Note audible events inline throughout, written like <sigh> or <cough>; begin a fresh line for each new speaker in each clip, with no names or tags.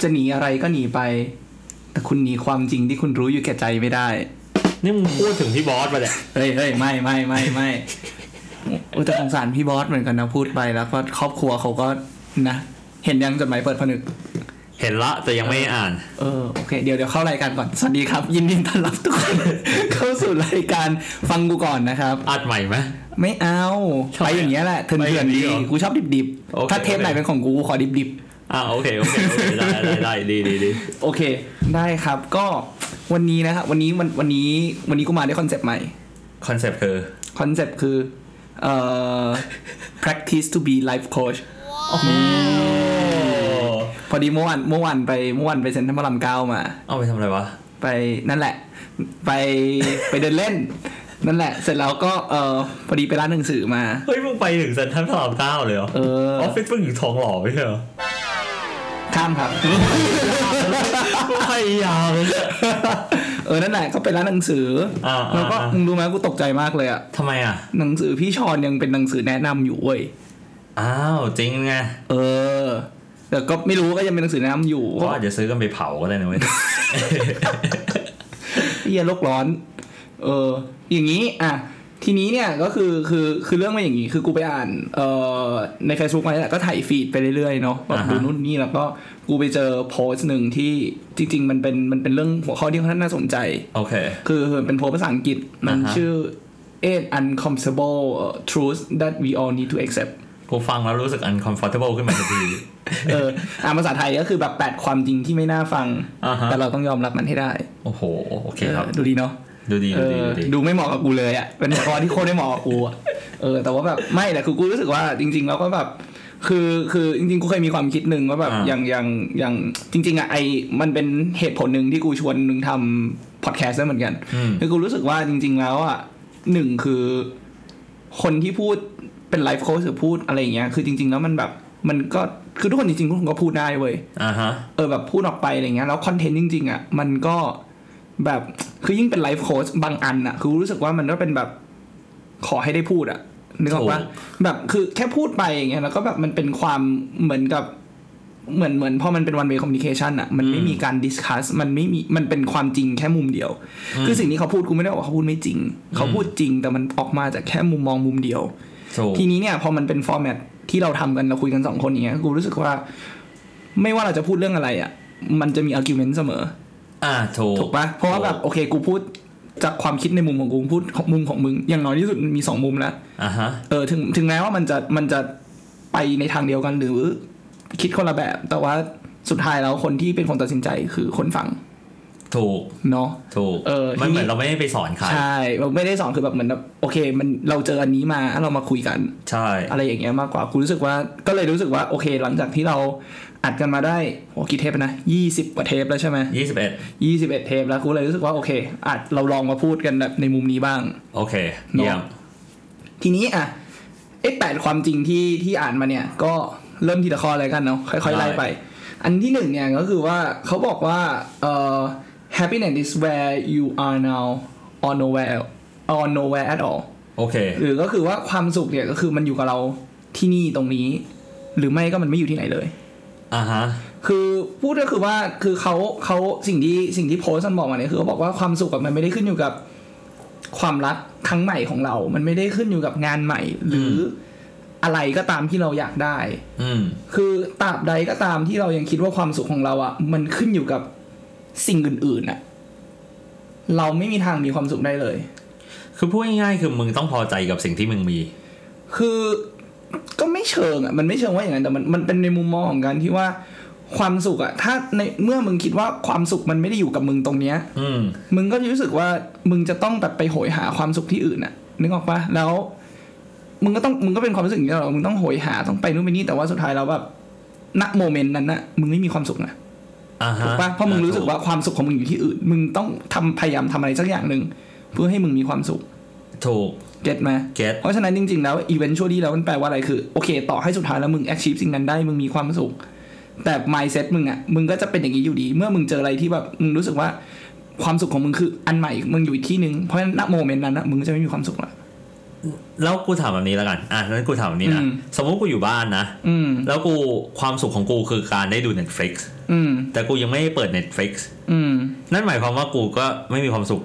จะหนีอะไรก็หนีไป แต่คุณหนีความจริงที่คุณรู้อยู่แก่ใจไม่ได้
นี่มึงพูดถึงพี่บอสมาเนี่ย
เฮ้ยเฮ้ยไม่ไม่ไม่ไม่โอ้แต่สงสารพี่บอสเหมือนกันนะพูดไปแล้วก็ครอบครัวเขาก็นะ เห็นยังจดหมายเปิดผนึก
เห็นละแต่ยังไม่อ่าน
เออโอเค เดี๋ยวเดี๋ยวเข้ารายการก่อน สวัสดีครับ ยินดีต้อนรับทุกคน <laughs> เข้าสู่รายการฟังกูก่อนนะครับ
อัดใหม่ไหม
ไม่เอา
ชอบ
ไปอย่างเงี้ยแหละเถื่
ไปอ
อน
ย่าง
ๆดี
นี้เหรอ
กูชอบดิบ
โอเค
ๆถ้าเทปไหนเป็นของกูกูขอดิบๆ
อ่าโอเคโอเคโอเคได้ได้ได้ดีดีดี
โอเค ได้ครับก็วันนี้นะครับวันนี้วันวันนี้วันนี้กูมาด้วยคอนเซปต์ใหม่
คอนเซปต์คือ
คอนเซปต์คือเอ่อ practice to be life coach พอดีเมื่อวานเมื่อวานไปเมื่อวานไปเซ็นทรัลพระรามเก้ามา
เอาไปทำอะไรวะ
ไปนั่นแหละ ไปไปเดินเล่น นั่นแหละ เสร็จแล้วก็เอ่อพอดีไปร้านหนังสือมา
เฮ้ยมึงไปถึงเซนทรัลพระรามเก้าเลยเหรอ
เออ
อฟฟิศมึงอยู่ทองหล่อไม่ใช่เหรอ
ข้ามครับ
พยายามเลยเนี่ย
เออนั่นแหละก็ไปร้านหนังสืออา
อ่า
แล้วก็
อ่ามึ
มึงรู้ไหมกูตกใจมากเลยอะ
ทำไมอ่ะ
หนังสือพี่ชอนยังเป็นหนังสือแนะนำอยู่เว้ย
อ้าวจริงไง
เออ แต่ก็ไม่รู้ก็ยังเป็นหนังสือแนะนำอยู่
ก็อาจจะซื้อกันไปเผาก็ได้นะเว้ย
เฮียโลกร้อน เออ อย่างนี้ อ่ะ ทีนี้เนี่ยก็คือคือคือเรื่องมันอย่างนี้ คือกูไปอ่านเอ่อใน Facebook มาแล้วแหละก็ถ่ายฟีดไปเรื่อยๆเนาะแบบ
อ่าฮะ
ดูนู่นนี่แล้วก็กูไปเจอโพสต์หนึ่งที่จริง ๆ มันเป็นมันเป็นเรื่องหัวข้อที่ค่อนข้างน่าสนใจ
โอเค
คือเป็นโพสต์ภาษาอังกฤษมัน
อ่าฮะ
ชื่อ eight uncomfortable truths that we all need to accept
กูฟังแล้วรู้สึก uncomfortable ขึ้นมาทันที
เอออ่านภาษาไทยก็คือแบบแปดความจริงที่ไม่น่าฟัง
อ่าฮะ
แต่เราต้องยอมรับมันให้ได้
โอ้โหโอเคครับ
เออดูดีเนาะ
ดูดี
เอ
ดูดี
อ
ดูดี
ดูไม่เหมาะกับกูเลยอ่ะ เป็นหัวข้อที่โคตรไม่เหมาะกับกูอะเออ แต่ว่าแบบไม่แต่คือกูรู้สึกว่าจริง ๆ แล้วก็แบบ คือคือจริงๆกูเคยมีความคิดหนึ่งว่าแบบอย่างอย่างอย่างจริง ๆอ่ะไอมันเป็นเหตุผลหนึ่งที่กูชวนหนึ่งทำพอดแคสต์ด้วยเหมือนกัน
อืม
คือกูรู้สึกว่าจริง ๆ แล้วอ่ะหนึ่งคือ คนที่พูดเป็นไลฟ์โค้ชหรือพูดอะไรอย่างเงี้ยคือจริง ๆ แล้วมันแบบมันก็คือทุกคนจริงๆทุกคนก็พูดได้เว้ย
อ่าฮะ
เออแบบพูดออกไปอะไรเงี้ยแล้วคอนเทนต์จริงๆอ่ะมันก็แบบคือยิ่งเป็นไลฟ์โค้ชบางอันอ่ะคือรู้สึกว่ามันก็เป็นแบบขอให้ได้พูดอ่ะนึกออกปะ
ถูก
แบบคือแค่พูดไปอย่างเงี้ยแล้วก็แบบมันเป็นความเหมือนกับเหมือนเหมือนพอมันเป็น one way communication อ่ะมันไม่มีการ discuss มันไม่มีมันเป็นความจริงแค่มุมเดียว คือสิ่งที่เขาพูดกูไม่ได้บอกว่าเขาพูดไม่จริง เขาพูดจริงแต่มันออกมาจากแค่มุมมองมุมเดียว
ถูก
ทีนี้เนี่ยพอมันเป็นฟอร์แมตที่เราทำกันเราคุยกันสองคนอย่างเงี้ยกูรู้สึกว่า ไม่ว่าเราจะพูดเรื่องอะไรอะ่ะ มันจะมีอาร์กิวเมนต์เสมอ
อ่าถูก
ถูกปะเพราะว่าแบบโอเคกูพูดจากความคิดในมุมของกูพูดของมุมของมึง อย่างน้อยที่สุดมีสองมุมแล้ว
อ่าฮะ
เออถึงถึงแม้ว่ามันจะมันจะไปในทางเดียวกันหรือคิดคนละแบบ แต่ว่าสุดท้ายแล้วคนที่เป็นคนตัดสินใจคือคนฟัง
ถูก
เนาะ
ถูก
เออ
มันเหมื
ที
อ
นี้
นเราไม่ได้ไปสอนใคร
ใช่เราไม่ได้สอนคือแบบเหมือนแบบโอเค มันเราเจออันนี้มาเรามาคุยกัน
ใช่
อะไรอย่างเงี้ยมากกว่ากูรู้สึกว่าก็เลยรู้สึกว่าโอเค หลังจากที่เราอัดกันมาได้โอ้กี่เทปนะยี่สิบกว่าเทปแล้วใช่ไหม
ยี่สิบเอ็ด
ยี่สิบเอ็ดเทปแล้วกูเลยรู้สึกว่าโอเคอัดเราลองมาพูดกันแบบในมุมนี้บ้าง
โอเค
เนอะ
เยี่ยม
ทีนี้อ่ะไอ้แปดความจริงที่ที่อ่านมาเนี่ย ก็เริ่มทีละข้อเลยกันเนาะค่อยๆไล่ไป อันที่หนึ่งเนี่ยก็คือว่าเขาบอกว่าเอ่อ happiness is where you are now or nowhere or nowhere at all
โอเค
หรือก็คือว่าความสุขเนี่ยก็คือมันอยู่กับเราที่นี่ตรงนี้ หรือไม่ก็มันไม่อยู่ที่ไหนเลย
อ่าฮะ
คือพูดก็คือว่าคือเขาเขาสิ่งที่สิ่งที่โพสต์มันบอกมาเนี่ยคือเขาบอกว่าความสุขกับมันไม่ได้ขึ้นอยู่กับความรักครั้งใหม่ของเรา มันไม่ได้ขึ้นอยู่กับงานใหม่ หรือออะไรก็ตามที่เราอยากได้
อืม
คือตราบใดก็ตามที่เรายังคิดว่าความสุขของเราอะ่ะ มันขึ้นอยู่กับสิ่งอื่นๆอ่ะเราไม่มีทางมีความสุขได้เลย
คือพูดง่ายๆคือมึงต้องพอใจกับสิ่งที่มึงมี
คือก็ไม่เชิงอ่ะมันไม่เชิงว่าอย่างนั้นแต่มันมันเป็นในมุมมองของการที่ว่าความสุขอ่ะถ้าในเมื่อมึงคิดว่าความสุขมันไม่ได้อยู่กับมึงตรงเนี้ย
อืม
มึงก็จะรู้สึกว่ามึงจะต้องแบบไปโหยหาความสุขที่อื่นอ่ะนึกออกปะแล้ว มึงก็ต้องมึงก็เป็นความรู้สึกอย่างนี้ตลอดมึงต้องโหยหาต้องไปนู่นไปนี่แต่ว่าสุดท้ายแล้วแบบณโมเมนต์นั้นน่ะมึงไม่มีความสุขนะ
อ่าฮะ
ถูกปะเพราะมึงรู้สึกว่าความสุขของมึงอยู่ที่อื่น มึงต้องทำพยายามทำอะไรสักอย่างหนึ่งเพื่อให้มึงมีความสุข
ถูก
เก็ตไหม
Get
เพราะฉะนั้นจริง ๆ แล้วอีเวนต์ชั่วดีแล้วมันแปลว่าอะไรคือ โอเค ต่อให้สุดท้ายแล้วมึง achieve สิ่งนั้นได้ มึงมีความสุข แต่ mindset มึงอะมึงก็จะเป็นอย่างนี้อยู่ดี เมื่อมึงเจออะไรที่แบบ มึงรู้สึกว่าความสุขของมึงคืออันใหม่ มึงอยู่อีกที่หนึ่งเพราะฉะนั้นณโมเมนต์นั้นนะมึงก็จะไม่มีความสุขละ
แล้วกูถามแบบนี้แล้วกันอ่ะนั้นกูถามแบบนี้นะ
อืม
สมมติกูอยู่บ้านนะ
อืม
แล้วกูความสุขของกูคือการได้ดู Netflix
อืม
แต่กูยังไม่ได้เปิด Netflix
อืม
นั่นหมายความว่ากูก็ไม่มีความสุข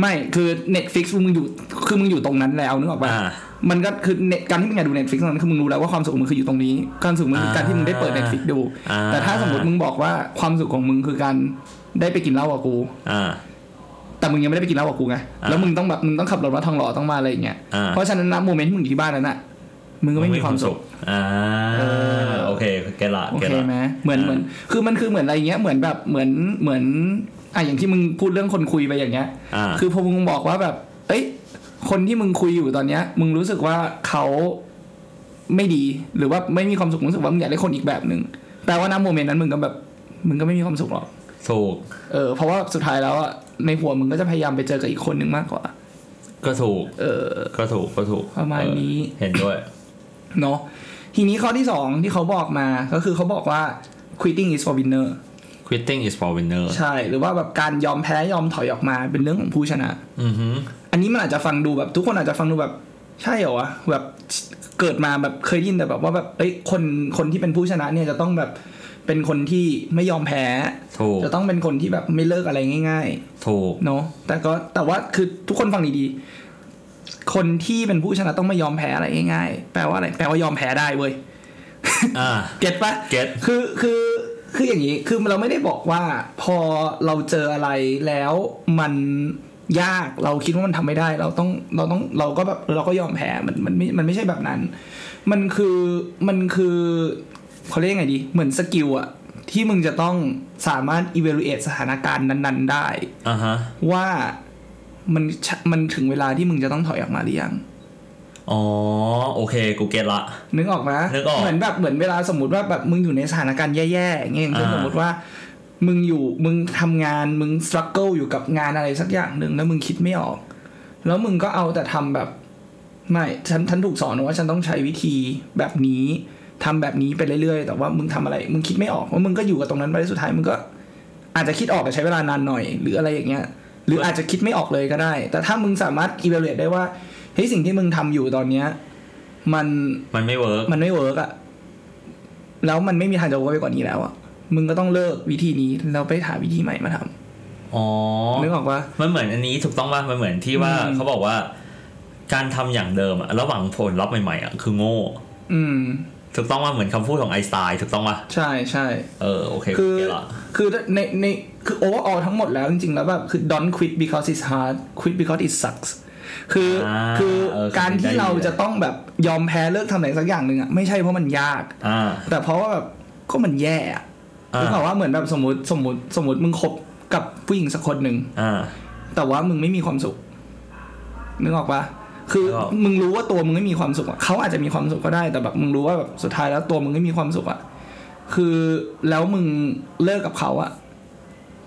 ไม่คือ Netflix มึงอยู่คือมึงอยู่ตรงนั้นแล้วนึกออกปะ
อ่า
มันก็คือ net- การที่มึงอยากดู Netflix ตอนนั้นคือมึงรู้แล้วว่าความสุขของมึงคืออยู่ตรงนี้ความสุขมึงคือการที่มึงได้เปิด Netflix ดู
อ่า
แต่ถ้าสมมติมึงบอกว่าความสุขของมึงคือการได้ไปกินเหล้ากับกู
อ่า
แต่มึงยังไม่ได้ไปกินเหล้ากับกูไง
อ่า
แล้วมึงต้องแบบมึงต้องขับรถมาทองหล่อต้องมาอะไรอย่างเงี้ย
อ่า
เพราะฉะนั้นนะโมเมนต์ที่มึงอยู่ที่บ้านนั้นอ่ะมึงก็ไม่มีความสุข
อ่า
เออ
โอเคแกละ
โอ
แก
เค
ละ
ไหมเหมือน
อ่า
เหมือนคือมันคือเหมือนอะไรเงี้ยเหมือนแบบเหมือนเหมือนอ่ะอย่างที่มึงพูดเรื่องคนคุยไปอย่างเงี้ย
อ่า
คือพอมึงบอกว่าแบบ เอ้ย คนที่มึงคุยอยู่ตอนเนี้ย มึงรู้สึกว่าเขาไม่ดีหรือว่าไม่มีความสุขรู้สึกว่ามึงอยากได้คนอีกแบบหนึ่งแปลว่าณโมเมนต์นั้นมึงก็แบบ มึงก็ไม่มีความสุขหรอก
ถูก
เออเพราะว่าสุดท้ายแล้วอะในหัวมึงก็จะพยายามไปเจอกับอีกคนหนึ่งมากกว่า
ก็ถูก
เออ
ก็ถูกก็ถูก
ประมาณนี้
เออเห็นด้วย
เนาะทีนี้ข้อที่สองที่เขาบอกมาก็คือเขาบอกว่า quitting is for winner
quitting is for winner
ใช่ หรือว่าแบบการยอมแพ้ยอมถอยออกมาเป็นเรื่องของผู้ชนะ
อือฮึ
อันนี้มันอาจจะฟังดูแบบทุกคนอาจจะฟังดูแบบ ใช่เหรอวะแบบเกิดมาแบบเคยได้ยินแต่แบบว่าแบบเอ้ยคนคนที่เป็นผู้ชนะเนี่ยจะต้องแบบเป็นคนที่ไม่ยอมแพ้
ถูก
จะต้องเป็นคนที่แบบไม่เลิกอะไรง่าย
ถูก
ๆ เนาะแต่ก็แต่ว่าคือทุกคนฟังดีๆ คนที่เป็นผู้ชนะต้องไม่ยอมแพ้อะไรง่ายๆ แปลว่าอะไรแปลว่ายอมแพ้ได้เว้ย
อ่า
เก็ตปะ
Get
คือคือคืออย่างนี้ คือเราไม่ได้บอกว่าพอเราเจออะไรแล้วมันยากเราคิดว่ามันทำไม่ได้ เราต้องเราต้องเราก็แบบเราก็ยอมแพ้มันมันไม่มันไม่ใช่แบบนั้น มันคือมันคือเขาเรียกยังไงดี เหมือนสกิลอะที่มึงจะต้องสามารถ evaluate สถานการณ์นั้น ๆ ได้
อ่าฮะ
ว่ามันมันถึงเวลาที่มึงจะต้องถอยออกมาหรือยัง
อ๋อโอเคกูเก็ตละ
นึกออกไหม
นึกออก
เหมือนแบบเหมือนเวลาสมมติว่าแบบมึงอยู่ในสถานการณ์แย่ๆอย่างเงี้ยอย่างเช่น
อ่า
สมมติว่า มึงอยู่มึงทำงานมึงสครัลเกิลอยู่กับงานอะไรสักอย่างหนึ่งแล้วมึงคิดไม่ออก แล้วมึงก็เอาแต่ทำแบบไม่ฉันฉันถูกสอนว่าฉันต้องใช้วิธีแบบนี้ทำแบบนี้ไปเรื่อยๆ แต่ว่ามึงทำอะไร มึงคิดไม่ออกว่ามึงก็อยู่กับตรงนั้นไปสุดท้ายมึงก็ อาจจะคิดออกแต่ใช้เวลานานหน่อย หรืออะไรอย่างเงี้ย หรืออาจจะคิดไม่ออกเลยก็ได้ แต่ถ้ามึงสามารถ evaluate ได้ว่าเฮ้ยสิ่งที่มึงทำอยู่ตอนเนี้ยมัน
มันไม่เวิร์ก
มันไม่เวิร์กอะแล้วมันไม่มีทางจะเวิร์กไปกว่านี้แล้วอะมึงก็ต้องเลิกวิธีนี้แล้วไปหาวิธีใหม่มาท
อ๋อ
ำนึกออกว่า
มันเหมือนอันนี้ถูกต้องป่ะมันเหมือนที่ว่า
อืม
เขาบอกว่า การทำอย่างเดิมอะแล้วหวังผลลัพธ์ใหม่ๆอะคือโง่
อืม
ถูกต้องว่าเหมือนคำพูดของไอน์สไตน์ถูกต้องป่ะ
ใช่ใช่
เออโอเค
คื
กู
อ
เก็ตละ
คือในในคือโอเวอร์อทั้งหมดแล้วจริงๆ แล้วแบบคือ don't quit because it's hard quit because it sucks คืออา คือ
เออ
การที่
ได้
เรา
เลย
จะต้องแบบยอมแพ้เลิกทำอะไรสักอย่างหนึ่งอะไม่ใช่เพราะมันยาก
อ่า
แต่เพราะว่าแบบก็มันแย่อะ
อ่า
นึกออกว่าเหมือนแบบสมมติสมมติสมมติมึงคบกับผู้หญิงสักคนหนึ่ง
อ่า
แต่ว่ามึงไม่มีความสุขนึกออกปะคือ
นึกออก
มึงรู้ว่าตัวมึงไม่มีความสุขอะเขาอาจจะมีความสุขก็ได้ แต่แบบมึงรู้ว่าแบบสุดท้ายแล้วตัวมึงไม่มีความสุขอะคือแล้วมึงเลิกกับเขาอะ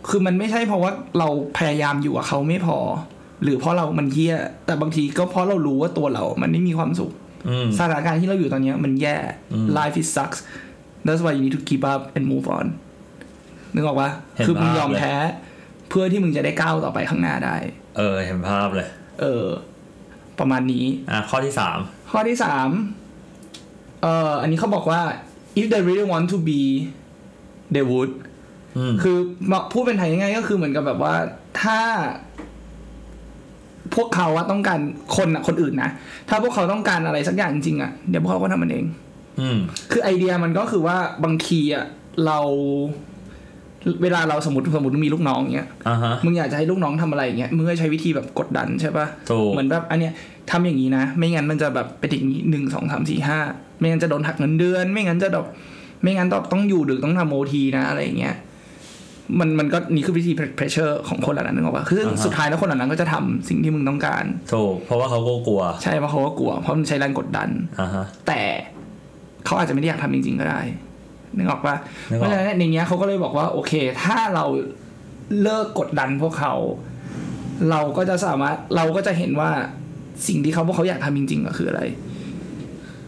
คือมันไม่ใช่เพราะว่าเราพยายามอยู่กับเขาไม่พอ หรือเพราะเรามันเหี้ยแต่บางทีก็เพราะเรารู้ว่าตัวเรา มันไม่มีความสุข
อืม
สถานการณ์ที่เราอยู่ตอนเนี้ยมันแย่
อืม
life is sucks that's why you need to keep up and move on นึกออกปะ
เห็น
คือมึง
ภาพ
ยอม
เลย
แพ้ เพื่อที่มึงจะได้ก้าวต่อไปข้างหน้าได้
เออเห็นภาพเลย
เออ ประมาณนี้
อ่ะข้อที่สาม
ข้อที่สามเอ่ออันนี้เขาบอกว่า if they really want to be they would
อืม
คือมาพูดเป็นไทยง่ายๆก็คือเหมือนกับแบบว่าถ้า พวกเขาอะต้องการคนอะคนอื่นนะ ถ้าพวกเขาต้องการอะไรสักอย่างจริงๆอะเดี๋ยวพวกเขาก็ทำมันเอง
อืม
คือไอเดียมันก็คือว่าบางทีอะเรา เวลาเราสมมติสมมติมีลูกน้องเงี้ย
อ่าฮะ
มึงอยากจะให้ลูกน้องทำอะไรเงี้ยมึงก็ใช้วิธีแบบกดดันใช่ปะ
ถูก
เหมือนแบบอันเนี้ยทำอย่างนี้นะ ไม่งั้นมันจะแบบไปถึงหนึ่งสองสามสี่ห้าไม่งั้นจะโดนหักเงินเดือน ไม่งั้นจะดอกไม่งั้นต้องต้องอยู่ดึกต้องทำโอทีนะอะไรอย่างเงี้ยมันมันก็นี่คือวิธี pressure ของคนเหล่านั้นนึกออกปะคือซึ่งสุดท้ายแล้วคนเหล่านั้นก็จะทำสิ่งที่มึงต้องการ
ถูกเพราะว่าเขาก็กลัว
ใช่เพราะเขาก็กลัวเพราะมันใช้แรงกดดัน
อ่าฮะ
แต่เขาอาจจะไม่ได้อยากทำจริง ๆ ก็ได้นึกออกปะ
นึกออก
เพราะฉะนั้นในเนี้ยเขาก็เลยบอกว่า โอเค ถ้าเราเลิกกดดันพวกเขา เราก็จะสามารถเราก็จะเห็นว่าสิ่งที่เขาพวกเขาอยากทำจริง ๆ ก็คืออะไร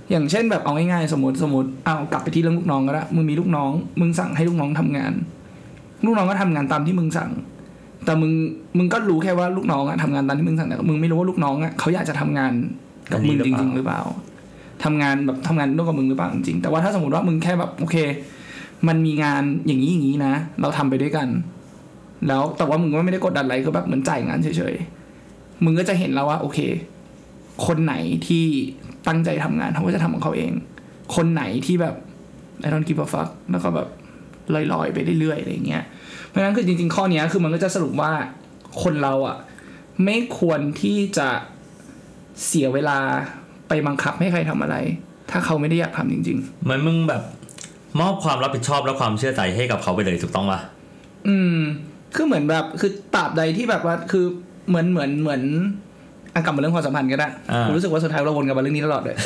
อย่างเช่นแบบเอาง่ายๆสมมติสมมติเอากลับไปที่เรื่องลูกน้องก็ได้มึงมีลูกน้อง มึงสั่งให้ลูกน้องทำงาน ลูกน้องก็ทำงานตามที่มึงสั่ง แต่มึงมึงก็รู้แค่ว่าลูกน้องอะทำงานตามที่มึงสั่งแต่มึงไม่รู้ว่าลูกน้องอะเขาอยากจะทำงาน กับมึงจริง ๆ หรือเปล่าทำงานแบบทำงานร่วมกับมึงหรือเปล่าจริงๆแต่ว่าถ้าสมมติว่ามึงแค่แบบโอเค มันมีงานอย่างนี้อย่างนี้นะ เราทำไปด้วยกัน แล้วแต่ว่ามึงก็ไม่ได้กดดันอะไรก็แบบเหมือนจ่ายงานเฉยๆมึงก็จะเห็นแล้วว่า โอเค คนไหนที่ตั้งใจทำงานเขาก็จะทำของเขาเอง คนไหนที่แบบ I don't give a fuck แล้วก็แบบลอยๆไปเรื่อยๆอะไรอย่างเงี้ย เพราะฉะนั้นคือจริงๆ ข้อเนี้ยคือมันก็จะสรุปว่าคนเราอ่ะ ไม่ควรที่จะเสียเวลาไปบังคับให้ใครทำอะไร ถ้าเขาไม่ได้อยากทำจริง
มันมึงแบบมอบความรับผิดชอบและความเชื่อใจให้กับเขาไปเลยถูกต้องปะ
ๆ อืม คือเหมือนแบบคือตราบใดที่แบบว่าคือเหมือนเหมือนเหมือนอากลับมาเรื่องความสัมพันธ์ก็ได้
า
ผมรู้สึกว่าสุดท้ายเราวนกลับมาเรื่องนี้ตลอดเลย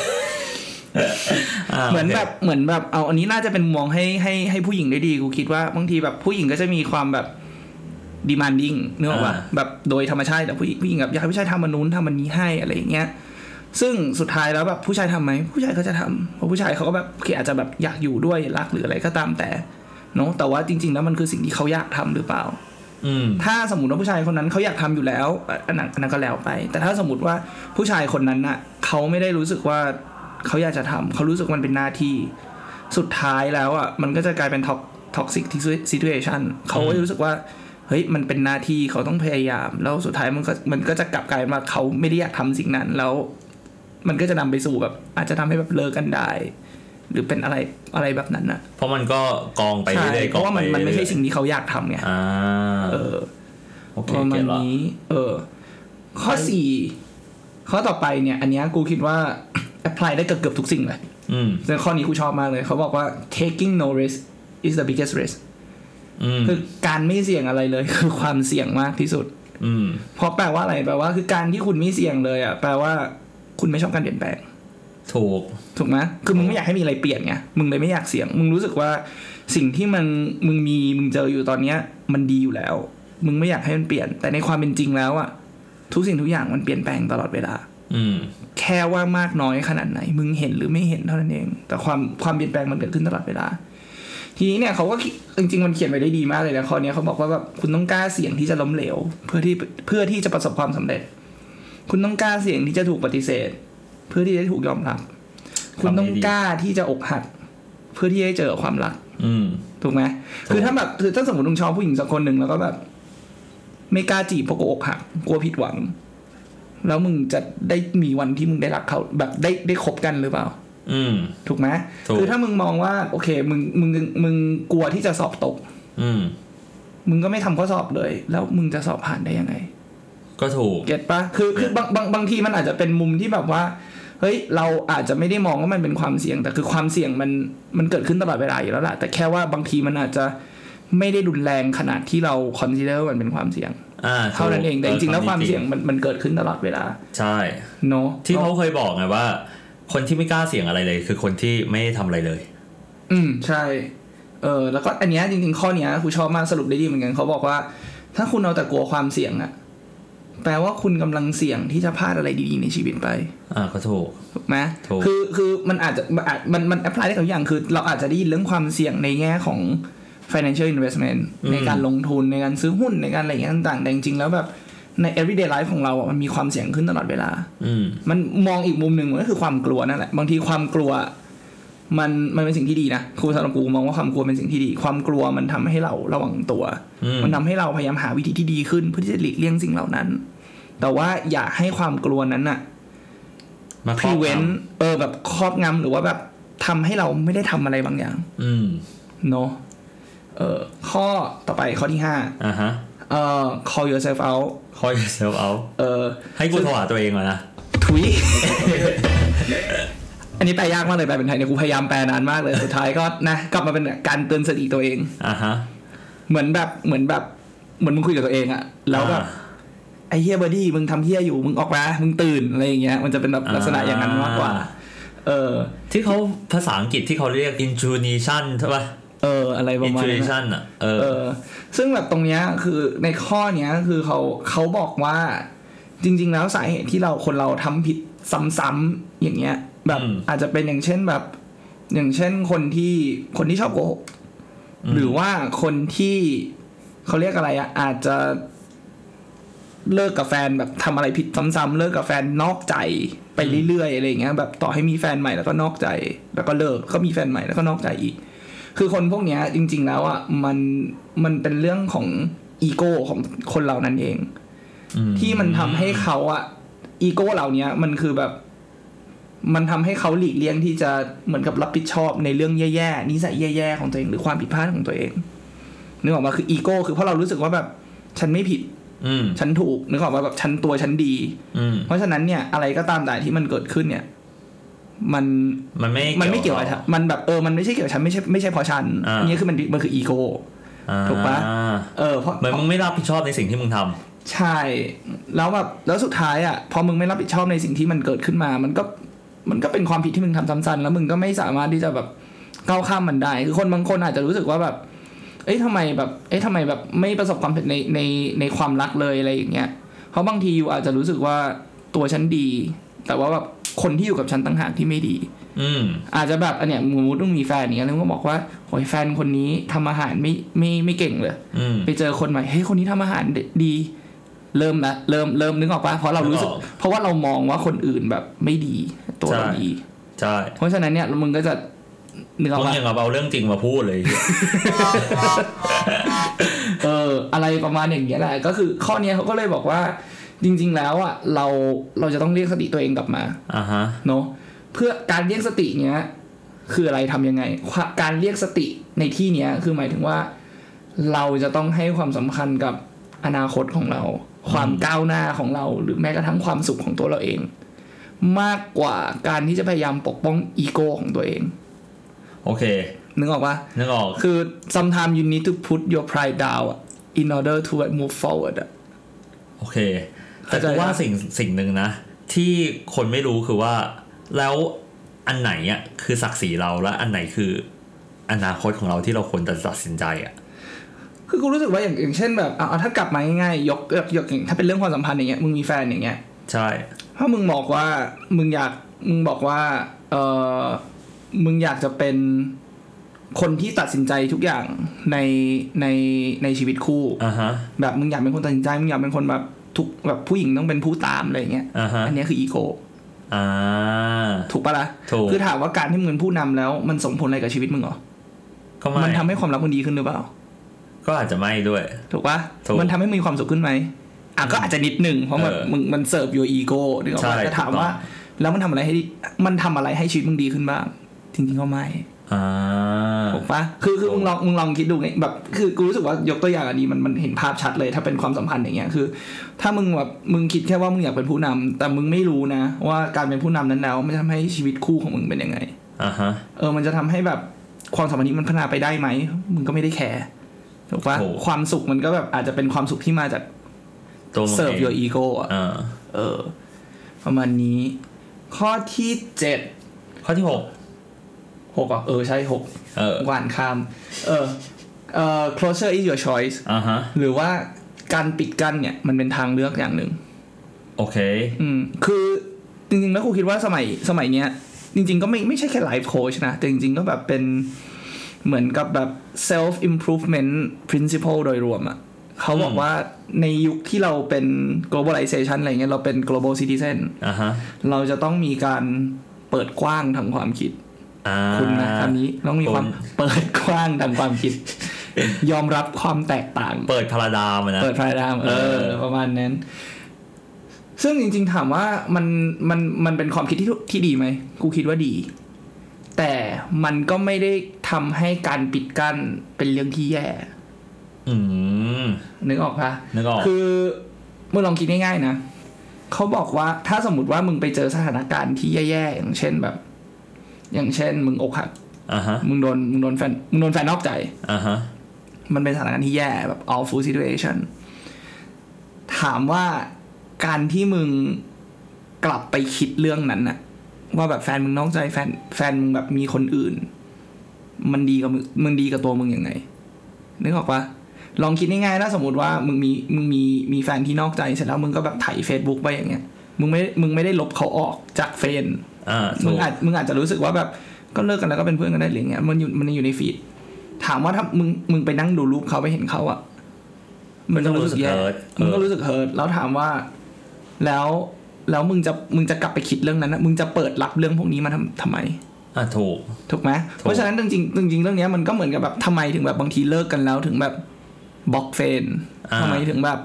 อ่า
เหมือน
โค
แบบเหมือนแบบเอาอันนี้น่าจะเป็นมุมมองให้ให้ให้ผู้หญิงได้ดีกูคิดว่าบางทีแบบผู้หญิงก็จะมีความแบบ demanding เนกอะว่าแบบโดยธรรมชาติแต่ผู้หญิงผู้หญิงแบบอยากให้ผู้ชายทำมันนู้นทำมันนี้ให้อะไรอย่างเงี้ยซึ่งสุดท้ายแล้วแบบผู้ชายทำไหมผู้ชายเขาจะทำเพราะผู้ชายเขาก็แบบโอเคอาจจะแบบอยากอยู่ด้วยรักหรืออะไรก็ตามแต่เนาะแต่ว่าจริง ๆ แล้วมันคือสิ่งที่เขาอยากทำหรือเปล่า
อืม
ถ้าสมมติว่าผู้ชายคนนั้นเขาอยากทำอยู่แล้วอ่ะอันนั้นอันนั้นก็แล้วไป แต่ถ้าสมมติว่าผู้ชายคนนั้นน่ะเขาไม่ได้รู้สึกว่าเขาอยากจะทำเขารู้สึกมันเป็นหน้าที่ สุดท้ายแล้วอ่ะมันก็จะกลายเป็นท็อกท็อกซิกซิทูเอชันเขาก็จะรู้สึกว่าเฮ้ยมันเป็นหน้าที่เขาต้องพยายาม แล้วสุดท้ายมันก็มันก็จะกลับกลายมาเขาไม่ได้อยากทำสิ่งนั้นแล้ว มันก็จะนำไปสู่แบบ อาจจะทำให้แบบเลิกกันได้ หรือเป็นอะไรอะไรแบบนั้นน่ะ
เพราะมันก็กองไป
ใช่
เรื่อยๆ
เพราะว่ามัน
กองป
มันไม่ใช่สิ่ง
เรื่อย
ที่เขาอยากทำไง
ๆอ่า
เออ
โอเค
ประมา
เก็
ณ
ตละ
นี้ เออ ข้อสี่ ข้อต่อไปเนี่ย อันเนี้ยกูคิดว่า <coughs> apply ได้เกือบเกือบทุกสิ่งเลย
อืม
แต่ข้อนี้กูชอบมากเลย เขาบอกว่า taking no risk is the biggest risk
อืม
คือการไม่เสี่ยงอะไรเลย <laughs> คือความเสี่ยงมากที่สุด
อืม
เพราะแปลว่าอะไร แปลว่าคือการที่คุณไม่เสี่ยงเลยอ่ะ แปลว่าคุณไม่ชอบการเปลี่ยนแปลง
ถูก
ถูกไหมคือมึงไม่อยากให้มีอะไรเปลี่ยนไง มึงเลยไม่อยากเสี่ยง มึงรู้สึกว่าสิ่งที่มันมึงมีมึงเจออยู่ตอนเนี้ย มันดีอยู่แล้ว มึงไม่อยากให้มันเปลี่ยน แต่ในความเป็นจริงแล้วอะทุกสิ่งทุกอย่างมันเปลี่ยนแปลงตลอดเวลา
อืม
แค่ว่ามากน้อยขนาดไหน มึงเห็นหรือไม่เห็นเท่านั้นเอง แต่ความความเปลี่ยนแปลงมันเกิดขึ้นตลอดเวลา ทีนี้เนี่ยเขาก็คิดจริงๆมันเขียนไว้ได้ดีมากเลยนะข้อเนี้ยเขาบอกว่าแบบคุณต้องกล้าเสี่ยงที่จะล้มเหลว เพื่อที่เพื่อที่จะประสบความสำเร็จ คุณต้องกล้าเสี่ยงที่จะถูกปฏิเสธ เพื่อที่จะได้ถูกยอมรับ คุณต้องกล้าที่จะอกหัก เพื่อที่จะได้เจอความรัก
อืม
ถูกไหม
ถูก
คือถ้าแบบคือถ้าสมมติลุงชอบผู้หญิงสักคนหนึ่งแล้วก็แบบ ไม่กล้าจีบเพราะกลัวอกหักกลัวผิดหวัง แล้วมึงจะได้มีวันที่มึงได้รักเขาแบบได้ได้คบกันหรือเปล่า
อืม
ถูกไหม
ถูก
คือถ้ามึงมองว่า โอเค มึงมึงมึงกลัวที่จะสอบตก
อืม
มึงก็ไม่ทำข้อสอบเลย แล้วมึงจะสอบผ่านได้ยังไง
ก็ถูก
เก็ตปะคือคือบางบางบางทีมันอาจจะเป็นมุมที่แบบว่า เฮ้ย เราอาจจะไม่ได้มองว่ามันเป็นความเสี่ยง แต่คือความเสี่ยงมันมันเกิดขึ้นตลอดเวลาอยู่แล้วล่ะ แต่แค่ว่าบางทีมันอาจจะไม่ได้รุนแรงขนาดที่เราคอนซีเดอร์มันเป็นความเสี่ยง
อ่าถูก
เท่านั้นเอง แต่จริงๆแล้วความเสี่ยงมันมันเกิดขึ้นตลอดเวลา
ใช่
เนาะ
ที่เขาเคยบอกไงว่า คนที่ไม่กล้าเสี่ยงอะไรเลย คือคนที่ไม่ได้ทำอะไรเลย
อืม ใช่ เออ แล้วก็อันเนี้ยจริง ๆ ข้อเนี้ยครูชอบมากสรุปได้ดีเหมือนกันเขาบอกว่า ถ้าคุณเอาแต่กลัวความเสี่ยงอะแปลว่าคุณกำลังเสี่ยงที่จะพลาดอะไรดีๆในชีวิตไป
อ่าก็ถูก
ถูกไหม
ถูก
คือคือมันอาจจะมันอาจมันมันแอพพลายได้กับอย่างคือ เราอาจจะได้ยินเรื่องความเสี่ยงในแง่ของ financial investment ในการลงทุนในการซื้อหุ้นในการอะไรอย่างเงี้ยต่างๆ แต่จริงๆแล้วแบบใน everyday life ของเราอ่ะมันมีความเสี่ยงขึ้นตลอดเวลา
อืม
มันมองอีกมุมหนึ่งมันก็คือความกลัวนั่นแหละ บางทีความกลัว มันมันเป็นสิ่งที่ดีนะครูสำหรับกูมองว่าความกลัวเป็นสิ่งที่ดี ความกลัวมันทำให้เราระวังตัว
อืม
มันทำให้เราพยายามหาวิธีที่ดีขึ้นเพื่อที่จะหลีกเลี่ยงสิ่งเหล่านั้น แต่ว่าอย่าให้ความกลัวนั้นน่ะ
มาค
พ
ร
รี
อบ
เวน
ง
เออแบบครอบงำหรือว่าแบบทำให้เราไม่ได้ทำอะไรบางอย่าง
ำอืม
เนาะเออข้อต่อไปข้อที่ห้า
อ่าฮะ
เอ่อ call yourself out
คอย yourself out
เอ่อ
ให้กูโทรหาตัวเองก่อนนะ
ทุย <laughs> อันนี้แปลยากมากเลยแปลเป็นไทยเนี่ยกูพยายามแปลนานมากเลยสุดท้ายก็นะ กลับมาเป็นการเตือนสติตัวเอง
อ่าฮะ
เหมือนแบบเหมือนแบบเหมือนมึงคุยกับตัวเองอะแล้วแบบไอ้เฮียบอดี้มึงทำเฮียอยู่มึงออกมามึงตื่นอะไรอย่างเงี้ยมันจะเป็นแบบลักษณะอย่างนั้นมากกว่า เออ
ที่เขาภาษาอังกฤษที่เขาเรียก intuition ใช่ป่ะ
เออ อะไรประมาณนั้นอะ
intuition อ่ะ เออ
เออซึ่งแบบตรงเนี้ยคือในข้อเนี้ยคือเขาเขาบอกว่าจริง ๆ แล้วสาเหตุที่เราคนเราทำผิดซ้ำๆอย่างเงี้ย แบบ
อืม
อาจจะเป็นอย่างเช่นแบบ อย่างเช่นคนที่คนที่ชอบโกหกหรือว่าคนที่เขาเรียกอะไรอะอาจจะ เลิกกับแฟนแบบทำอะไรผิดซ้ำๆเลิกกับแฟนนอกใจไปเรื่อยๆอะไรอย่างเงี้ยแบบต่อให้มีแฟนใหม่แล้วก็นอกใจ แล้วก็เลิกก็มีแฟนใหม่แล้วก็นอกใจอีก คือคนพวกเนี้ยจริง ๆ แล้วอ่ะมันมันเป็นเรื่องของอีโก้ของคนเหล่านั้นเอง
อื
ที่มันทำให้เขาอะอีโก้เหล่าเนี้ยมันคือแบบ มันทำให้เขาหลีกเลี่ยงที่จะเหมือนกับรับผิดชอบในเรื่องแย่ๆนิสัยแย่ๆของตัวเองหรือความผิดพลาดของตัวเองนึกออกมาคืออีโก้ คือเพราะเรารู้สึกว่าแบบ ฉันไม่ผิด
อืม
ฉันถูกนึกออกมาแบบฉันตัวฉันดี
อืม
เพราะฉะนั้นเนี่ยอะไรก็ตามแต่ที่มันเกิดขึ้นเนี่ย มัน
มันไม่
มันไม่เกี่ยวอะไร
บ
มันแบบเออมันไม่ใช่เกี่ยวกับฉันไม่ใช่ไม่ใช่เพราะฉัน
อ่า
อันนี้คือมันมันคืออีโก้ ถูกปะ
อ่า
เออเพราะ
เหมือนมึงไม่รับผิดชอบในสิ่งที่มึงทำ
ใช่ แล้วแบบแล้วสุดท้ายอ่ะพอมึงไม่รับผิดชอบในสิ่งที่มันเกิดขึ้นมา มันก็มันก็เป็นความผิดที่มึงทำซ้ำๆแล้วมึงก็ไม่สามารถที่จะแบบก้าวข้ามมันได้ คือคนบางคนอาจจะรู้สึกว่าแบบ เอ้ยทำไมแบบ เอ้ยทำไมแบบไม่ประสบความสำเร็จในในในความรักเลยอะไรอย่างเงี้ย เพราะบางทีอยู่อาจจะรู้สึกว่าตัวฉันดี แต่ว่าแบบคนที่อยู่กับฉันต่างหากที่ไม่ดี
อืม
อาจจะแบบอันเนี้ยสมมูต้องมีแฟนอย่างเงี้ยแล้วก็บอกว่าโอ้ยแฟนคนนี้ทำอาหารไม่ไม่ไม่เก่งเลย
อืม
ไปเจอคนใหม่เฮ้ยคนนี้ทำอาหารดี เริ่มละเริ่มเริ่มนึกออกปะเพราะเรารู้สึก
นึกออก
เพราะว่าเรามองว่าคนอื่นแบบไม่ดีตัวเรา
ใช่
ดี
ใช่
เพราะฉะนั้นเนี่ยมึงก็จะนึกออก
มึง
ปะ
ยังเอาเอาเรื่องจริงมาพูดเลย
เออ อะไรประมาณอย่างเงี้ยแหละก็คือข้อเนี้ยเขาก็เลยบอกว่า จริง ๆ แล้วอ่ะเราเราจะต้องเรียกสติตัวเองกลับมา
อ่าฮะ
เนาะเพื่อการเรียกสติเนี้ยคืออะไรทำยังไงควการเรียกสติในที่เนี้ยคือหมายถึงว่า เราจะต้องให้ความสำคัญกับอนาคตของเรา ความก้าวหน้าของเรา หรือแม้กระทั่งความสุขของตัวเราเอง มากกว่าการที่จะพยายามปกป้องอีโก้ของตัวเอง
โอเค
นึกออกปะ
นึกออก
คือ sometimes you need to put your pride down อะ in order to move forward อะ
โอเค แต่กูว่า
เข้าใจ
สิ่งสิ่งหนึ่งนะ ที่คนไม่รู้คือว่า แล้วอันไหนอ่ะคือศักดิ์ศรีเราและอันไหนคือ อนาคตของเราที่เราควรจะตัดสินใจอ่ะ
คือกูรู้สึกว่าอย่างอย่างเช่นแบบเอาเอาถ้ากลับมาง่ายๆยกยกยกอย่างถ้าเป็นเรื่องความสัมพันธ์อย่างเงี้ยมึงมีแฟนอย่างเงี้ย
ใช่
ถ้ามึงบอกว่ามึงอยากมึงบอกว่าเออมึงอยากจะเป็นคนที่ตัดสินใจทุกอย่างในในในชีวิตคู่
อ่าฮะ
แบบมึงอยากเป็นคนตัดสินใจมึงอยากเป็นคนแบบทุกแบบผู้หญิงต้องเป็นผู้ตามอะไรอย่างเงี้ย
อ่าฮะ
อันเนี้ยคืออีโก้
อ่า
ถูกปะล่ะ
ถูก
คือถามว่าการที่มึงเป็นผู้นำแล้ว มันส่งผลอะไรกับชีวิตมึงเหรอ
ก็ไม่
มันทำให้ความรักมึงดีขึ้นหรือเปล่า
ก็อาจจะไม่ด้วย
ถูกปะ
ถูก
มันทำให้มีความสุขขึ้นไหมอ่ะก็อาจจะนิดหนึ่งเพราะมัน
เออ
มึงมันเสิร์ฟ your ego นึกออก
ใช่
ปะแต่ถาม
ถูกต้อง
ว่า แล้วมันทำอะไรให้ดิมันทำอะไรให้ชีวิตมึงดีขึ้นบ้าง จริงๆก็ไม่
อ่า
ถูกปะคือคือ
ถูก
มึงลองมึงลองคิดดูไงแบบ คือกูรู้สึกว่ายกตัวอย่างอันนี้มันมันเห็นภาพชัดเลย ถ้าเป็นความสัมพันธ์อย่างเงี้ยคือ ถ้ามึงแบบมึงคิดแค่ว่ามึงอยากเป็นผู้นำแต่มึงไม่รู้นะ ว่าการเป็นผู้นำนั้นแล้วมันจะทำให้ชีวิตคู่ของมึงเป็นยังไง
อ่าฮะ
เออ มันจะทำให้แบบความสัมพันธ์นี้มันพัฒนาไปได้ไหม มึงก็ไม่ได้แคร์ ถูกปะ
ถูก
ความสุขมันก็แบบอาจจะเป็นความสุขที่มาจาก
ตัวมึง
เสิร์ฟ
เอง
your ego อ่ะ
อ่า
เออ ประมาณนี้ ข้อที่เจ็ด
ข้อที่หก
หกอ่ะ เออ ใช่หก
เออ
หวานคาม เออ เออ closure is your choice
อ่าฮะ
หรือว่าการปิดกั้นเนี่ย มันเป็นทางเลือกอย่างหนึ่ง
โอเค
อืม คือจริงๆ แล้วครูคิดว่าสมัยสมัยเนี้ย จริง ๆ ก็ไม่ไม่ใช่แค่ไลฟ์โค้ชนะ แต่จริง ๆ ก็แบบเป็นเหมือนกับแบบ self improvement principle โดยรวมอะ่ะเขาบอก
อืม
ว่าในยุคที่เราเป็น globalization อะไรเงี้ยเราเป็น global citizen
อ่าฮะ
เราจะต้องมีการเปิดกว้างทางความคิด
อ่า
คุณนะคำนี้ต้องมีความ
คุณ
เปิดกว้างทางความ
<laughs>
คิด ยอมรับความแตกต่าง
เปิดพาราดามอะนะ
เปิดพารายดามเอ
เอ
อ
อ
ประมาณนั้น ซึ่งจริง ๆ ถามว่ามันมันมันเป็นความคิดที่ที่ดีไหมกูคิดว่าดี แต่มันก็ไม่ได้ทำให้การปิดกั้นเป็นเรื่องที่แย่
อืม
นึกออกปะ
นึกออก
คือมึงลองคิดง่ายๆนะเขาบอกว่าถ้าสมมติว่ามึงไปเจอสถานการณ์ที่แย่ๆอย่างเช่นแบบ อย่างเช่น มึงอกหัก
อ่าฮะ
มึงโดนมึงโดนแฟนมึงโดนแฟนนอกใจ
อ่าฮะ
มันเป็นสถานการณ์ที่แย่แบบ awful situation ถามว่าการที่มึงกลับไปคิดเรื่องนั้นน่ะ ว่าแบบแฟนมึงนอกใจแฟนแฟนมึงแบบมีคนอื่น มันดีกับมึงมึงดีกับตัวมึงยังไงนึกออกปะลองคิดง่ายๆนะสมมติว่ามึงมีมึงมีมีแฟนที่นอกใจเสร็จแล้วมึงก็แบบไถ่าย Facebook ไปอย่างเงี้ยมึงไม่มึงไม่ได้ลบเขาออกจากเฟน
อ่า
มึ
ถู
ง
ก
อาจมึงอาจจะรู้สึกว่าแบบก็เลิกกันแล้วก็เป็นเพื่อนกันได้หรือไงมันอยู่มันยังอยู่ในฟีดถามว่าถ้ามึงมึงไปนั่งดูรูปเขาไปเห็นเขาอะ มันก็รู้สึกแย่
มันก็
มันก็
รู้สึก hurt
รู้สึกเฮิร์ตแล้วถามว่า แล้วแล้วมึงจะมึงจะกลับไปคิดเรื่องนั้นนะมึงจะเปิดรับเรื่องพวกนี้มาทำทำไม
อ่ะถูก
ถูกไหม
ถูก
เพราะฉะนั้นจริงๆจริงๆเรื่องเนี้ยมันก็เหมือนกับแบบทำไมถึงแบบบางทีเลิกกันแล้วถึงแบบบล็อกเฟนทำไมถึงแบบ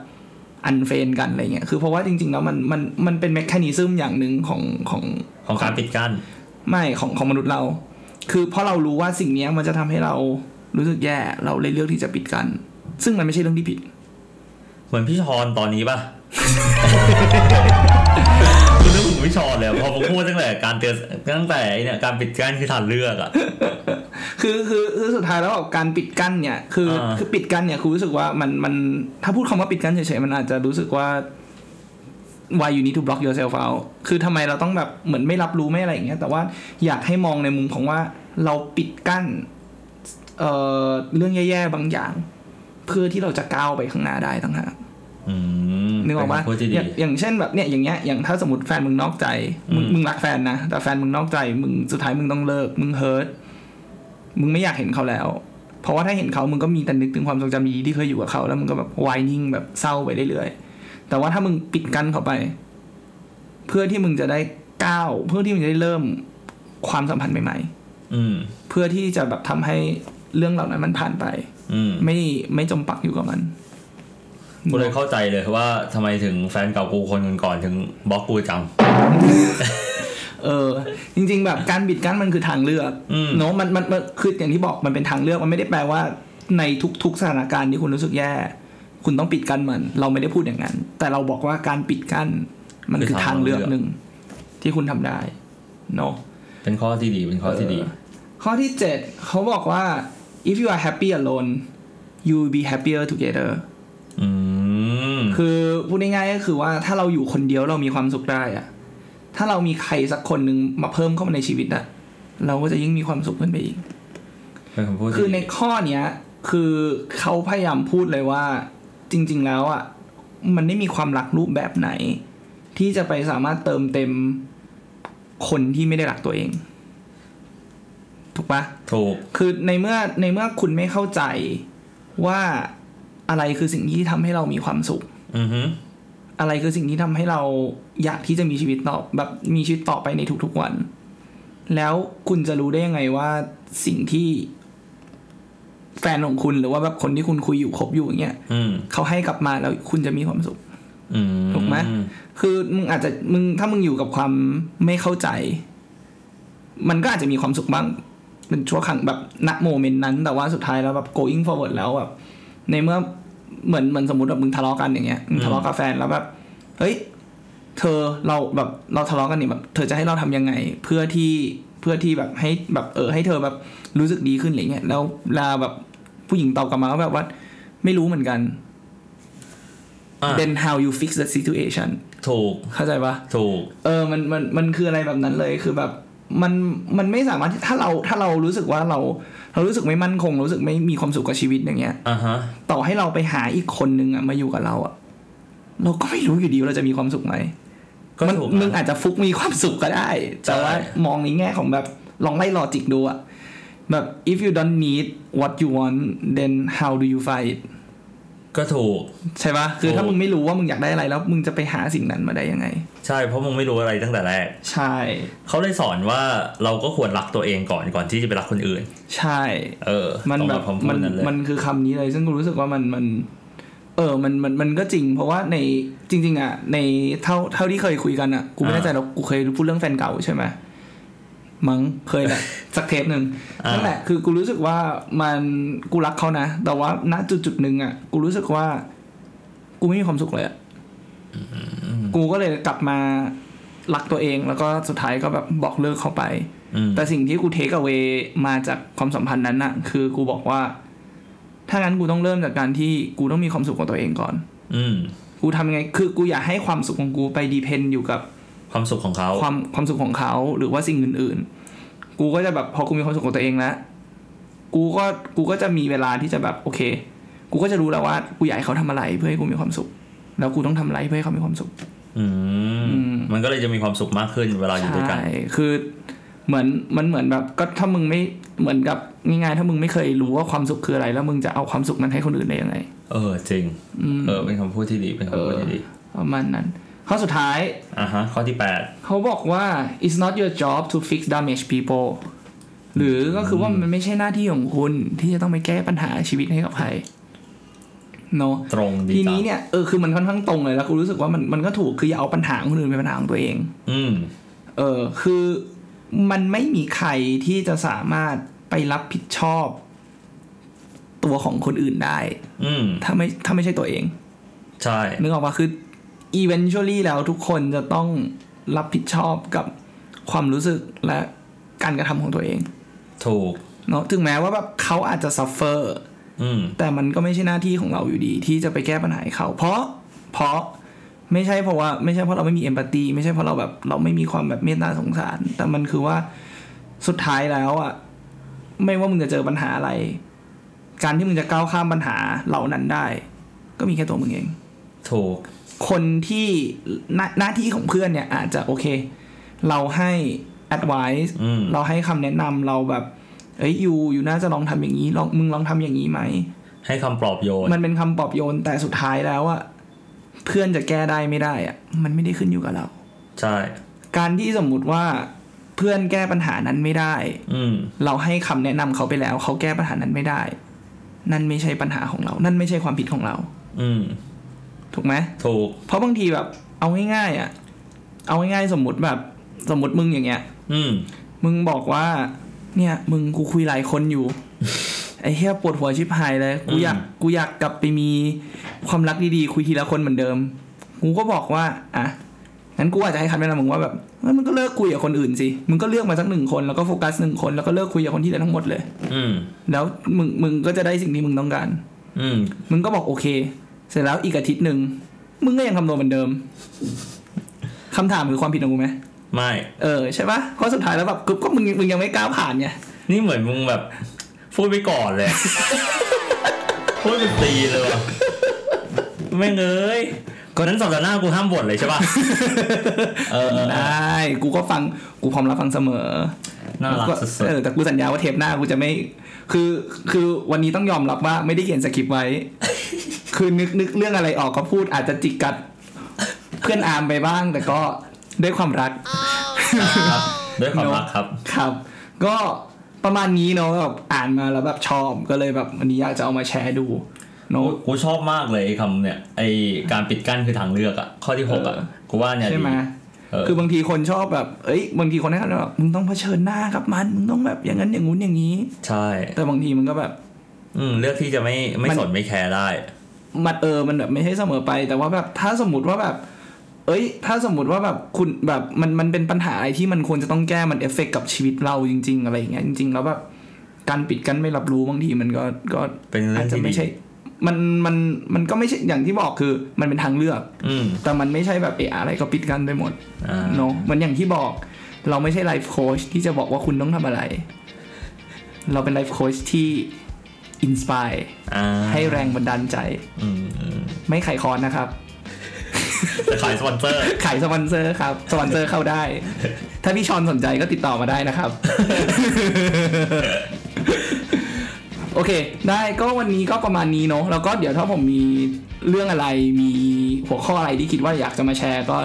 อันเฟนกันอะไรเงี้ยคือเพราะว่าจริงๆแล้วมันมันมันเป็นแมคคานิซึมอย่างหนึ่งของของ
ของการปิดกั้น
ไม่ของของมนุษย์เรา คือเพราะเรารู้ว่าสิ่งเนี้ยมันจะทำให้เรารู้สึกแย่เราเลยเลือกที่จะปิดกัน ซึ่งมันไม่ใช่เรื่องที่ผิด
เหมือนพี่ชอนตอนนี้ป่ะ คุณนึกถึงพี่ชอนเลยอะพอผมพูดตั้งแต่การเตือนตั้งแต่ไอ้เนี่ยการปิดกั้นคือทางเลือกอ่ะ
คือคือคือสุดท้ายแล้วแบบการปิดกั้นเนี่ย คือ
อ่า
คือปิดกั้นเนี่ยคือรู้สึกว่ามันมันถ้าพูดคำว่าปิดกั้นเฉยๆมันอาจจะรู้สึกว่า why you need to block yourself out คือทำไมเราต้องแบบเหมือนไม่รับรู้ไม่อะไรอย่างเงี้ยแต่ว่าอยากให้มองในมุมของว่าเราปิดกั้นเอ่อเรื่องแย่ๆบางอย่าง เพื่อที่เราจะก้าวไปข้างหน้าได้ต่างหาก
อืม
นึกออกปะ
เป็คำพูดที่
อ
ดี
ย่างอย่างเช่นแบบเนี่ยอย่างเงี้ยอย่างถ้าสมมติแฟนมึงนอกใจมึง
อืม
มึงรักแฟนนะแต่แฟนมึงนอกใจมึงสุดท้ายมึงต้องเลิกมึงเฮิร์ต มึงไม่อยากเห็นเขาแล้ว เพราะว่าถ้าเห็นเขามึงก็มีแต่นึกถึงความทรงจำดีๆที่เคยอยู่กับเขา แล้วมึงก็แบบวายนิ่งแบบเศร้าไปเรื่อยๆ แต่ว่าถ้ามึงปิดกั้นเขาไป เพื่อที่มึงจะได้ก้าว เพื่อที่มึงจะได้เริ่มความสัมพันธ์ใหม่
อืม
ๆ เพื่อที่จะแบบทำให้เรื่องเหล่านั้นมันผ่านไป
อืม
ไม่ไม่จมปักอยู่กับมัน
กูเลยเข้าใจเลยว่าทำไมถึงแฟนเก่ากูคนก่อนๆถึงบล็อกกูจัง
เออ จริง ๆ แบบการบิดกั้นมันคือทางเลือก
อืม
เนาะมันมันมันคืออย่างที่บอกมันเป็นทางเลือกมันไม่ได้แปลว่า ในทุก ๆ สถานการณ์ที่คุณรู้สึกแย่ คุณต้องปิดกั้นมัน เราไม่ได้พูดอย่างนั้น แต่เราบอกว่าการปิดกั้น มันคือทางเลือกหนึ่งที่คุณทำได้เนาะ
เป็นข้อที่ดีเป็นข้อที่ดี
เออข้อที่เจ็ดเขาบอกว่า if you are happy alone you will be happier together
อืม
คือพูดง่ายๆก็คือว่าถ้าเราอยู่คนเดียวเรามีความสุขได้อะถ้าเรามีใครสักคนหนึ่งมาเพิ่มเข้ามาในชีวิตอะเราก็จะยิ่งมีความสุขขึ้นไปอีก
เป็นคำพูดที่
คือใน
ดี
ข้อเนี้ยคือเขาพยายามพูดเลยว่าจริง ๆ แล้วอะมันไม่มีความรักรูปแบบไหน ที่จะไปสามารถเติมเต็มคนที่ไม่ได้รักตัวเอง ถูกปะ
ถูก
คือในเมื่อในเมื่อคุณไม่เข้าใจว่าอะไรคือสิ่งที่ทำให้เรามีความสุข
อือฮึ
อะไรคือสิ่งที่ทำให้เราอยากที่จะมีชีวิตต่อแบบมีชีวิตต่อไปในทุกๆวัน แล้วคุณจะรู้ได้ยังไงว่าสิ่งที่แฟนของคุณหรือว่าแบบคนที่คุณคุยอยู่คบอยู่อย่างเงี้ย
อืม
เขาให้กลับมาแล้วคุณจะมีความสุข
อืม
ถูกไหม คือมึงอาจจะมึงถ้ามึงอยู่กับความไม่เข้าใจ มันก็อาจจะมีความสุขบ้างเป็นชั่วครั้งแบบณโมเมนต์นั้น แต่ว่าสุดท้ายแล้วแบบ going forward แล้วแบบในเมื่อเหมือนเหมือนสมมติแบบมึงทะเลาะกันอย่างเงี้ยมึงทะเลาะกับแฟนแล้วแบบเฮ้ยเธอเราแบบเราทะเลาะกันนี่แบบ เธอจะให้เราทำยังไง เพื่อที่เพื่อที่แบบให้แบบเออให้เธอแบบรู้สึกดีขึ้นอะไรเงี้ยแล้วเวลาแบบผู้หญิงตอบกลับมาว่าแบบว่าไม่รู้เหมือนกัน
อ่ะ
then how you fix the situation
ถูก
เข้าใจปะ
ถูก
เออ มัน มัน มันคืออะไรแบบนั้นเลย คือแบบ มัน มันไม่สามารถที่ถ้าเรา ถ้าเรารู้สึกว่าเรา เรารู้สึกไม่มั่นคง รู้สึกไม่มีความสุขกับชีวิตอย่างเงี้ย
อ่าฮะ
ต่อให้เราไปหาอีกคนนึงอะมาอยู่กับเราอะเราก็ไม่รู้อยู่ดีว่าเราจะมีความสุขไหม
ก็
มัน
ถูก
มึง
นะ
อาจจะฟุกมีความสุขก็ได้ แต่ว่า
ใช่
มองในแง่ของแบบ ลองไล่ลอจิกดูอะแบบ if you don't need what you want then how do you find it
ก็ถูก
ใช่ปะคือถ้า
ถูก
มึงไม่รู้ว่ามึงอยากได้อะไรแล้ว มึงจะไปหาสิ่งนั้นมาได้ยังไง
ใช่เพราะมึงไม่รู้อะไรตั้งแต่แรก
ใช่
เขาเลยสอนว่าเราก็ควรรักตัวเองก่อนก่อนที่จะไปรักคนอื่น
ใช่
เออ
มัน
ตรง
แบ
กับบคำพู
มั
ด
น
นั้นเลย
มันคือคำนี้เลย ซึ่งกูรู้สึกว่ามันมัน เออมันมันมันก็จริง เพราะว่าในจริง ๆ อ่ะ ในเท่าเท่าที่เคยคุยกันอ่ะกูไม่แน่ใจหรอกกูเคยพูดเรื่องแฟนเก่าใช่ไหมมั้งเคยแหละ
<laughs>
สักเทปหนึ่งนั่นแหละคือกูรู้สึกว่ามันกูรักเขานะแต่ว่าณจุดจุดๆหนึ่งอ่ะกูรู้สึกว่า กูไม่มีความสุขเลยอะกูก็เลยกลับมารักตัวเอง แล้วก็สุดท้ายก็แบบบอกเลิกเขาไป
อืม
แต่สิ่งที่กูเทคเอาไว้มาจากความสัมพันธ์นั้นน่ะ คือกูบอกว่า ถ้างั้นกูต้องเริ่มจากการที่กูต้องมีความสุขกับตัวเองก่อน
อืม
กูทำยังไง คือกูอยากให้ความสุขของกูไปดีเพนอยู่กับ
ความสุขของเขา
ความความสุขของเขาหรือว่าสิ่งอื่น ๆ กูก็จะแบบพอกูมีความสุขกับตัวเองแล้วกูก็กูก็จะมีเวลาที่จะแบบโอเค กูก็จะรู้แล้วว่ากูอยากให้เขาทำอะไรเพื่อให้กูมีความสุข แล้วกูต้องทำอะไรเพื่อให้เขามีความสุข
อืม
อืม
มันก็เลยจะมีความสุขมากขึ้นเวลาอยู่ด้วยกัน
ใช่ คือเหมือนมันเหมือนแบบก็ถ้ามึงไม่เหมือนกับง่ายๆถ้ามึงไม่เคยรู้ว่าความสุขคืออะไร แล้วมึงจะเอาความสุขนั้นให้คนอื่นได้ยังไง
เ เออจริงเออเป็นคำพูดที่ดีเป็น
เอ
คำพูด
อ
ที่ดี
ประมาณนั้น ข้อสุดท้าย
อ่ะฮะข้อที่แปด
เขาบอกว่า it's not your job to fix damaged people หรือก็คือว่ามันไม่ใช่หน้าที่ของคุณที่จะต้องไปแก้ปัญหาชีวิตให้กับใครเนอะ
ตรงดี
ที
จั
นี้
ง
เนี่ยเออคือมันค่อนข้างตรงเลยแล้วกูรู้สึกว่ามันมันก็ถูกคืออย่าเอาปัญหาของคนอื่นเป็นปัญหาของตัวเอง
อืม
เออคือมันไม่มีใครที่จะสามารถไปรับผิดชอบ ตัวของคนอื่นได้
อืม
ถ้าไม่ถ้าไม่ใช่ตัวเอง
ใช่
นึกออกปะคือ eventually แล้วทุกคนจะต้องรับผิดชอบกับความรู้สึกและการกระทำของตัวเอง
ถูก
เนาะถึงแม้ว่าแบบเขาอาจจะ suffer
อืม
แต่มันก็ไม่ใช่หน้าที่ของเราอยู่ดี ที่จะไปแก้ปัญหาให้เขา เพราะเพราะไม่ใช่เพราะว่าไม่ใช่เพราะเราไม่มีเอมพัตตีไม่ใช่เพราะเราแบบเราไม่มีความแบบเมตตาสงสาร แต่มันคือว่าสุดท้ายแล้วอ่ะไม่ว่ามึงจะเจอปัญหาอะไร การที่มึงจะก้าวข้ามปัญหาเหล่านั้นได้ ก็มีแค่ตัวมึงเอง
ถูก
คนที่หน้าหน้าที่ของเพื่อนเนี่ยอาจจะโอเค เราให้ advice
อืม
เราให้คำแนะนำเราแบบเอ้ยยูยูน่าจะลองทำอย่างนี้ลองมึงลองทำอย่างนี้ไหม
ให้คำปลอบโยน
มันเป็นคำปลอบโยนแต่สุดท้ายแล้วอะเพื่อนจะแก้ได้ไม่ได้อะมันไม่ได้ขึ้นอยู่กับเรา
ใช่
การที่สมมุติว่าเพื่อนแก้ปัญหานั้นไม่ได้
อืม
เราให้คำแนะนำเขาไปแล้ว เขาแก้ปัญหานั้นไม่ได้ นั่นไม่ใช่ปัญหาของเรา นั่นไม่ใช่ความผิดของเรา
อืม
ถูกไหม
ถูก
เพราะบางทีแบบ เอาง่ายๆอะเอาง่ายๆสมมติแบบสมมติมึงอย่างเงี้ย
อืม
มึงบอกว่า เนี่ยมึงกูคุยหลายคน
<laughs>
อยู่ ไอ้เหี้ยปวดหัวชิบหายเลยกู
อืม
อยากกูอยากกลับไปมีความรักดีๆคุยทีละคนเหมือนเดิม กูก็บอกว่า อ่ะงั้นกูอาจจะให้คำแนะนำมึงว่าแบบงั้นมึงก็เลิกคุยกับคนอื่นสิมึงก็เลือกมาสักหนึ่งคนแล้วก็โฟกัสหนึ่งคนแล้วก็เลิกคุยกับคนที่เหลือทั้งหมดเลย
อืม
แล้วมึงมึงก็จะได้สิ่งที่มึงต้องการ
อืม
มึงก็บอกโอเค เสร็จแล้วอีกอาทิตย์หนึ่งมึงก็ยังทำตัวเหมือนเดิมคำถามคือความผิดของกูไหม
ไม่
เออใช่ปะเพราะสุดท้ายแล้วแบบกูก็มึงมึงยังไม่ก้าวผ่านไง
นี่เหมือนมึงแบบ พูดไปก่อนเลย <laughs> พูดเป็นตีเลยว่ะไม่งเงยก่อนนั้นสัปดาห์หน้ากูห้ามบ่นเลย
<laughs>
ใช่ป่ะ เออเออ
ได้ กูก็ฟัง กูพร้อมรับฟังเสมอ
น่ารัก
ก็
สุด
เออแต่กูสัญญาว่าเทปหน้ากูจะไม่ คือ คือวันนี้ต้องยอมรับว่าไม่ได้เขียนสคริปต์ไว้ <laughs> คือนึกนึกเรื่องอะไรออกก็พูดอาจจะจิกกัด เพื่อนอาร์มไปบ้าง แต่ก็ด้วยความรัก
ๆครับ ด้วยความรักครับ
ครับ ก็ประมาณนี้เนาะแบบอ่านมาแล้วแบบชอบ ก็เลยแบบวันนี้อยากจะเอามาแชร์ดูเนาะ
กูชอบมากเลยไอ้คำเนี่ย ไอการปิดกั้นคือทางเลือกอะข้อที่หกอะ
เออ
กูว่าเนี่ย
ใช่
ดี
ไหม
เออ
คือบางทีคนชอบแบบ เอ้ย บางทีคนให้คำแนะนำแบบมึงต้องเผชิญหน้ากับมัน มึงต้องแบบอย่างนั้นอย่างงู้นอย่างนี้
ใช่
แต่บางทีมันก็แบบ
อืมเลือกที่จะไม่ไม่
มัน
สนไม่แคร์ได้
มันเออ มันแบบไม่ใช่เสมอไป แต่ว่าแบบถ้าสมมติว่าแบบ เอ้ย ถ้าสมมติว่าแบบคุณแบบมันมันเป็นปัญหาอะไรที่มันควรจะต้องแก้ มันเอฟเฟกกับชีวิตเราจริง ๆ อะไรอย่างเงี้ยจริงๆแล้วแบบการปิดกั้นไม่รับรู้บางทีมันก็ก็
เป็นเรื่
อาจ
อง
จะ
ที่
ไม่
ดี
ใช่ มันมันมันก็ไม่ใช่อย่างที่บอกคือมันเป็นทางเลือก
อืม
แต่มันไม่ใช่แบบเอะอะไรก็ปิดกั้นไปหมด
อ่า
เนาะมันอย่างที่บอก เราไม่ใช่ไลฟ์โค้ชที่จะบอกว่าคุณต้องทำอะไร เราเป็นไลฟ์โค้ชที่อินสปาย
อ่า
ให้แรงบันดาลใจ
อืมอืม
ไม่ไขายคอนนะครับ
จะขายสปอนเซอร์
ขายสปอนเซอร์ครับ สปอนเซอร์เข้าได้ ถ้าพี่ชอนสนใจก็ติดต่อมาได้
<laughs>
นะครับ โอเค ได้ก็วันนี้ก็ประมาณนี้เนาะแล้วก็เดี๋ยวถ้าผมมีเรื่องอะไรมีหัวข้ออะไรที่คิดว่าอยากจะมาแชร์ก็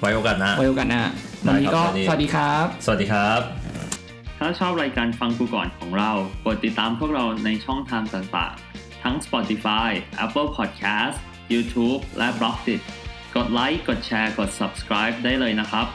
ไว้โอกาสหนะ
ไว้โอกาสหน้าวันนี้ก็
ได้ครับส
ส
วั
วัสดีครับ
สดีสวัสดีครับ
ถ้าชอบรายการฟังกูก่อนของเรา กดติดตามพวกเราในช่องทางต่างๆ ทั้ง Spotify, Apple Podcast, YouTube และ b l o g d i t กดไลค์ กดแชร์ กด subscribe ได้เลยนะครับ